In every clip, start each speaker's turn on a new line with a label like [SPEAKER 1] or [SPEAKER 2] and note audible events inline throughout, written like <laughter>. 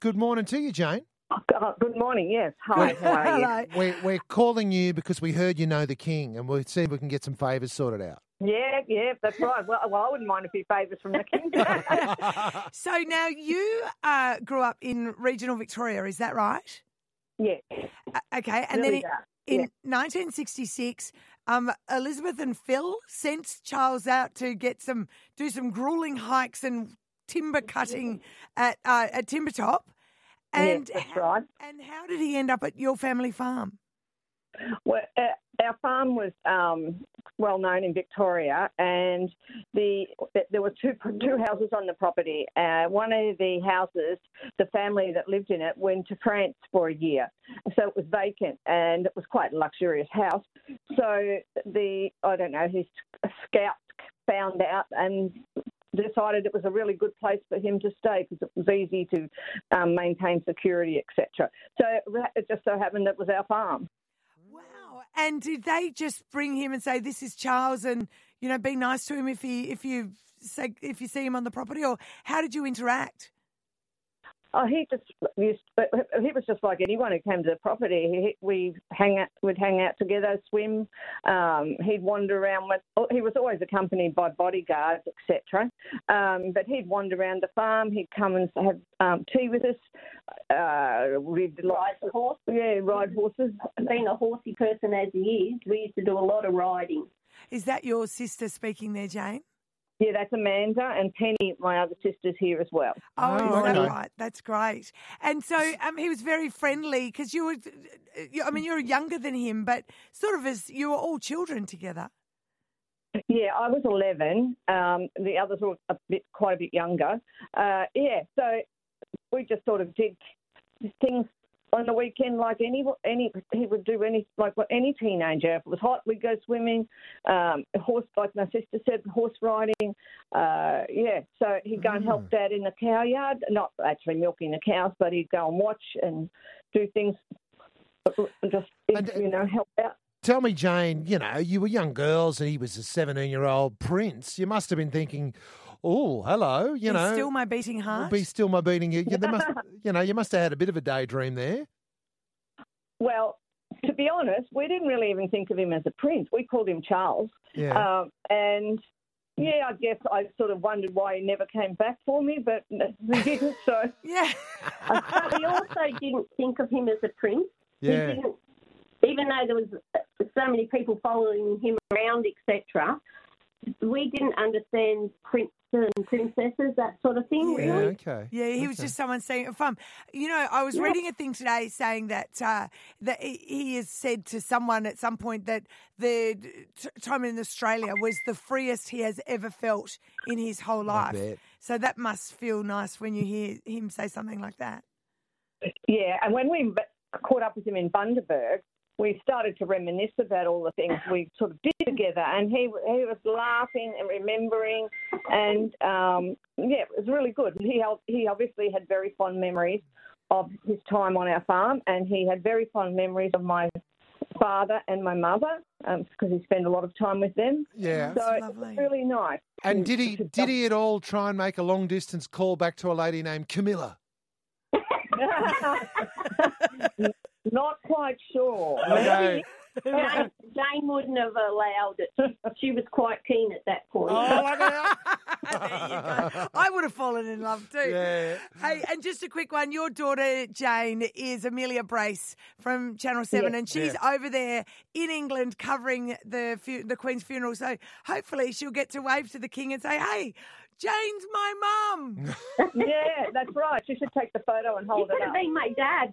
[SPEAKER 1] Good morning to you, Jane.
[SPEAKER 2] Oh, God, good morning. Yes.
[SPEAKER 3] <laughs>
[SPEAKER 2] Hi. How are you?
[SPEAKER 3] Hello.
[SPEAKER 1] We're, we're calling you because we heard you know the king, and we'll see if we can get some favours sorted out.
[SPEAKER 2] Yeah, yeah, that's right. Well, well, I wouldn't mind a few favours from the king. <laughs>
[SPEAKER 3] So now you uh, grew up in regional Victoria, is that right?
[SPEAKER 2] yes.
[SPEAKER 3] Uh, okay, and then
[SPEAKER 2] really
[SPEAKER 3] in,
[SPEAKER 2] dark,
[SPEAKER 3] in
[SPEAKER 2] yeah.
[SPEAKER 3] 1966, um, Elizabeth and Phil sent Charles out to get some, do some grueling hikes and timber cutting at uh, at Timbertop. And
[SPEAKER 2] yes, that's
[SPEAKER 3] ho-
[SPEAKER 2] right.
[SPEAKER 3] and how did he end up at your family farm?
[SPEAKER 2] Well, uh, our farm was um, well known in Victoria, and the th- there were two <laughs> two houses on the property. Uh, one of the houses, the family that lived in it went to France for a year, so it was vacant, and it was quite a luxurious house. So the I don't know his scout found out and decided it was a really good place for him to stay because it was easy to um, maintain security, etc. So it, ra- it just so happened that was our farm.
[SPEAKER 3] Wow! And did they just bring him and say, "This is Charles," and you know, be nice to him if he if you say, if you see him on the property, or how did you interact?
[SPEAKER 2] Oh, he just used, but he was just like anyone who came to the property. He, we hang out, we'd hang out together, swim. Um, he'd wander around with. oh, He was always accompanied by bodyguards, etc. Um, but he'd wander around the farm. He'd come and have um, tea with us. Uh, we'd
[SPEAKER 4] ride the horse.
[SPEAKER 2] yeah, ride horses.
[SPEAKER 4] Being a horsey person as he is, we used to do a lot of riding.
[SPEAKER 3] Is that your sister speaking there, Jane?
[SPEAKER 2] Yeah, that's Amanda and Penny, my other sisters here as well.
[SPEAKER 3] Oh, is
[SPEAKER 1] Oh,
[SPEAKER 3] that
[SPEAKER 1] okay.
[SPEAKER 3] right? That's great. And so um, he was very friendly because you were, you- I mean, you're younger than him, but sort of as you were all children together.
[SPEAKER 2] Yeah, I was 11. Um, the others were a bit, quite a bit younger. Uh, yeah, so we just sort of did things on the weekend like any any he would do any like what any teenager. If it was hot, we'd go swimming. Um, horse, like my sister said, horse riding. Uh, yeah, so he'd go and help dad in the cow yard, not actually milking the cows, but he'd go and watch and do things. uh, Just
[SPEAKER 1] And-
[SPEAKER 2] you know, help out.
[SPEAKER 1] Tell me, Jane, you know, you were young girls and he was a 17 year old prince. You must have been thinking, oh, hello, you
[SPEAKER 3] He's
[SPEAKER 1] know.
[SPEAKER 3] still my beating
[SPEAKER 1] will
[SPEAKER 3] heart.
[SPEAKER 1] be still my beating. You, you- there
[SPEAKER 3] <laughs>
[SPEAKER 1] must, you know, you must have had a bit of a daydream there.
[SPEAKER 2] Well, to be honest, we didn't really even think of him as a prince. We called him Charles.
[SPEAKER 3] Uh,
[SPEAKER 1] Yeah.
[SPEAKER 2] Um, and yeah, I guess I sort of wondered why he never came back for me, but <laughs> he didn't. So
[SPEAKER 3] yeah.
[SPEAKER 4] But we also didn't think of him as a prince. We
[SPEAKER 1] yeah.
[SPEAKER 4] didn't, even though there was uh, so many people following him around, etc., we didn't understand princes and princesses, that sort of thing,
[SPEAKER 1] Yeah,
[SPEAKER 4] really.
[SPEAKER 1] okay.
[SPEAKER 3] Yeah, he was
[SPEAKER 1] Okay.
[SPEAKER 3] just someone saying it from. You know, I was
[SPEAKER 4] Yeah.
[SPEAKER 3] reading a thing today saying that uh, that he- he has said to someone at some point that the t- time in Australia was the freest he has ever felt in his whole
[SPEAKER 1] I
[SPEAKER 3] life.
[SPEAKER 1] bet.
[SPEAKER 3] So that must feel nice when you hear him say something
[SPEAKER 1] <laughs>
[SPEAKER 3] like that. <laughs>
[SPEAKER 2] yeah, and when we b- caught up with him in Bundaberg, we started to reminisce about all the things we sort of did together, and he he was laughing and remembering, and um, yeah, it was really good. He hel- he obviously had very fond memories of his time on our farm, and he had very fond memories of my father and my mother because he spent a lot of time with them.
[SPEAKER 1] Yeah.
[SPEAKER 2] So it
[SPEAKER 3] lovely.
[SPEAKER 2] was really nice. <laughs>
[SPEAKER 1] And did
[SPEAKER 3] <laughs>
[SPEAKER 1] he did he at all try and make a long distance call back to a lady named Camilla?
[SPEAKER 2] Not quite sure.
[SPEAKER 1] Okay.
[SPEAKER 4] Jane, Jane wouldn't have allowed it. She, she was quite keen at that
[SPEAKER 1] Oh,
[SPEAKER 4] point.
[SPEAKER 1] look at
[SPEAKER 3] <laughs> there you go. I would have fallen in love
[SPEAKER 1] <laughs>
[SPEAKER 3] too.
[SPEAKER 1] Yeah.
[SPEAKER 3] Hey, and just a quick one. Your daughter Jane is Amelia Brace from Channel Seven, and she's over there in England covering the fu- the Queen's funeral. So hopefully she'll get to wave to the King and say, "Hey, Jane's my mum. <laughs>
[SPEAKER 2] yeah, that's right. She should take the photo and
[SPEAKER 4] You
[SPEAKER 2] hold
[SPEAKER 4] could
[SPEAKER 2] it
[SPEAKER 4] have
[SPEAKER 2] up.
[SPEAKER 4] been my dad.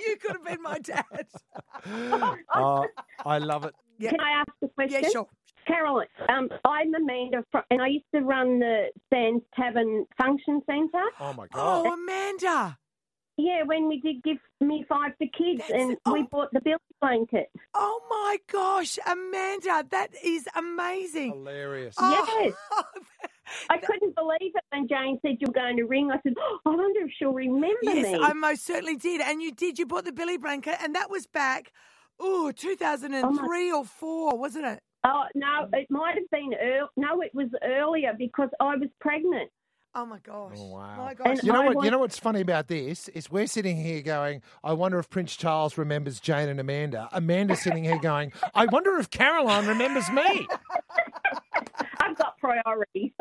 [SPEAKER 3] you could have been my dad."
[SPEAKER 1] <laughs> Oh, I love it.
[SPEAKER 4] Can I ask a question?
[SPEAKER 3] Yeah, sure.
[SPEAKER 4] Caroline, um, I'm Amanda, from, and I used to run the Sands Tavern Function Centre.
[SPEAKER 1] Oh my god.
[SPEAKER 3] Oh, Amanda.
[SPEAKER 4] Yeah, when we did give me five to kids,
[SPEAKER 3] That's-
[SPEAKER 4] and we
[SPEAKER 3] oh.
[SPEAKER 4] bought the billy blanket.
[SPEAKER 3] Oh my gosh, Amanda, that is amazing.
[SPEAKER 1] Hilarious.
[SPEAKER 3] Oh, <laughs>
[SPEAKER 4] I couldn't believe it when Jane said you're going to ring. I said, oh, I wonder if she'll remember
[SPEAKER 3] Yes,
[SPEAKER 4] me.
[SPEAKER 3] I most certainly did. And you did. You bought the Billy blanket, and that was back, ooh, 2003 or 4, wasn't it?
[SPEAKER 4] Oh no, it might have been early. No, it was earlier because I was pregnant.
[SPEAKER 3] Oh my gosh!
[SPEAKER 1] Oh, wow.
[SPEAKER 3] My gosh!
[SPEAKER 4] And
[SPEAKER 1] You know
[SPEAKER 4] I
[SPEAKER 1] what? You
[SPEAKER 4] want-
[SPEAKER 1] know what's funny about this is we're sitting here going, "I wonder if Prince Charles remembers Jane and Amanda." Amanda's sitting here going, "I wonder if Caroline remembers me."
[SPEAKER 4] I've got priority.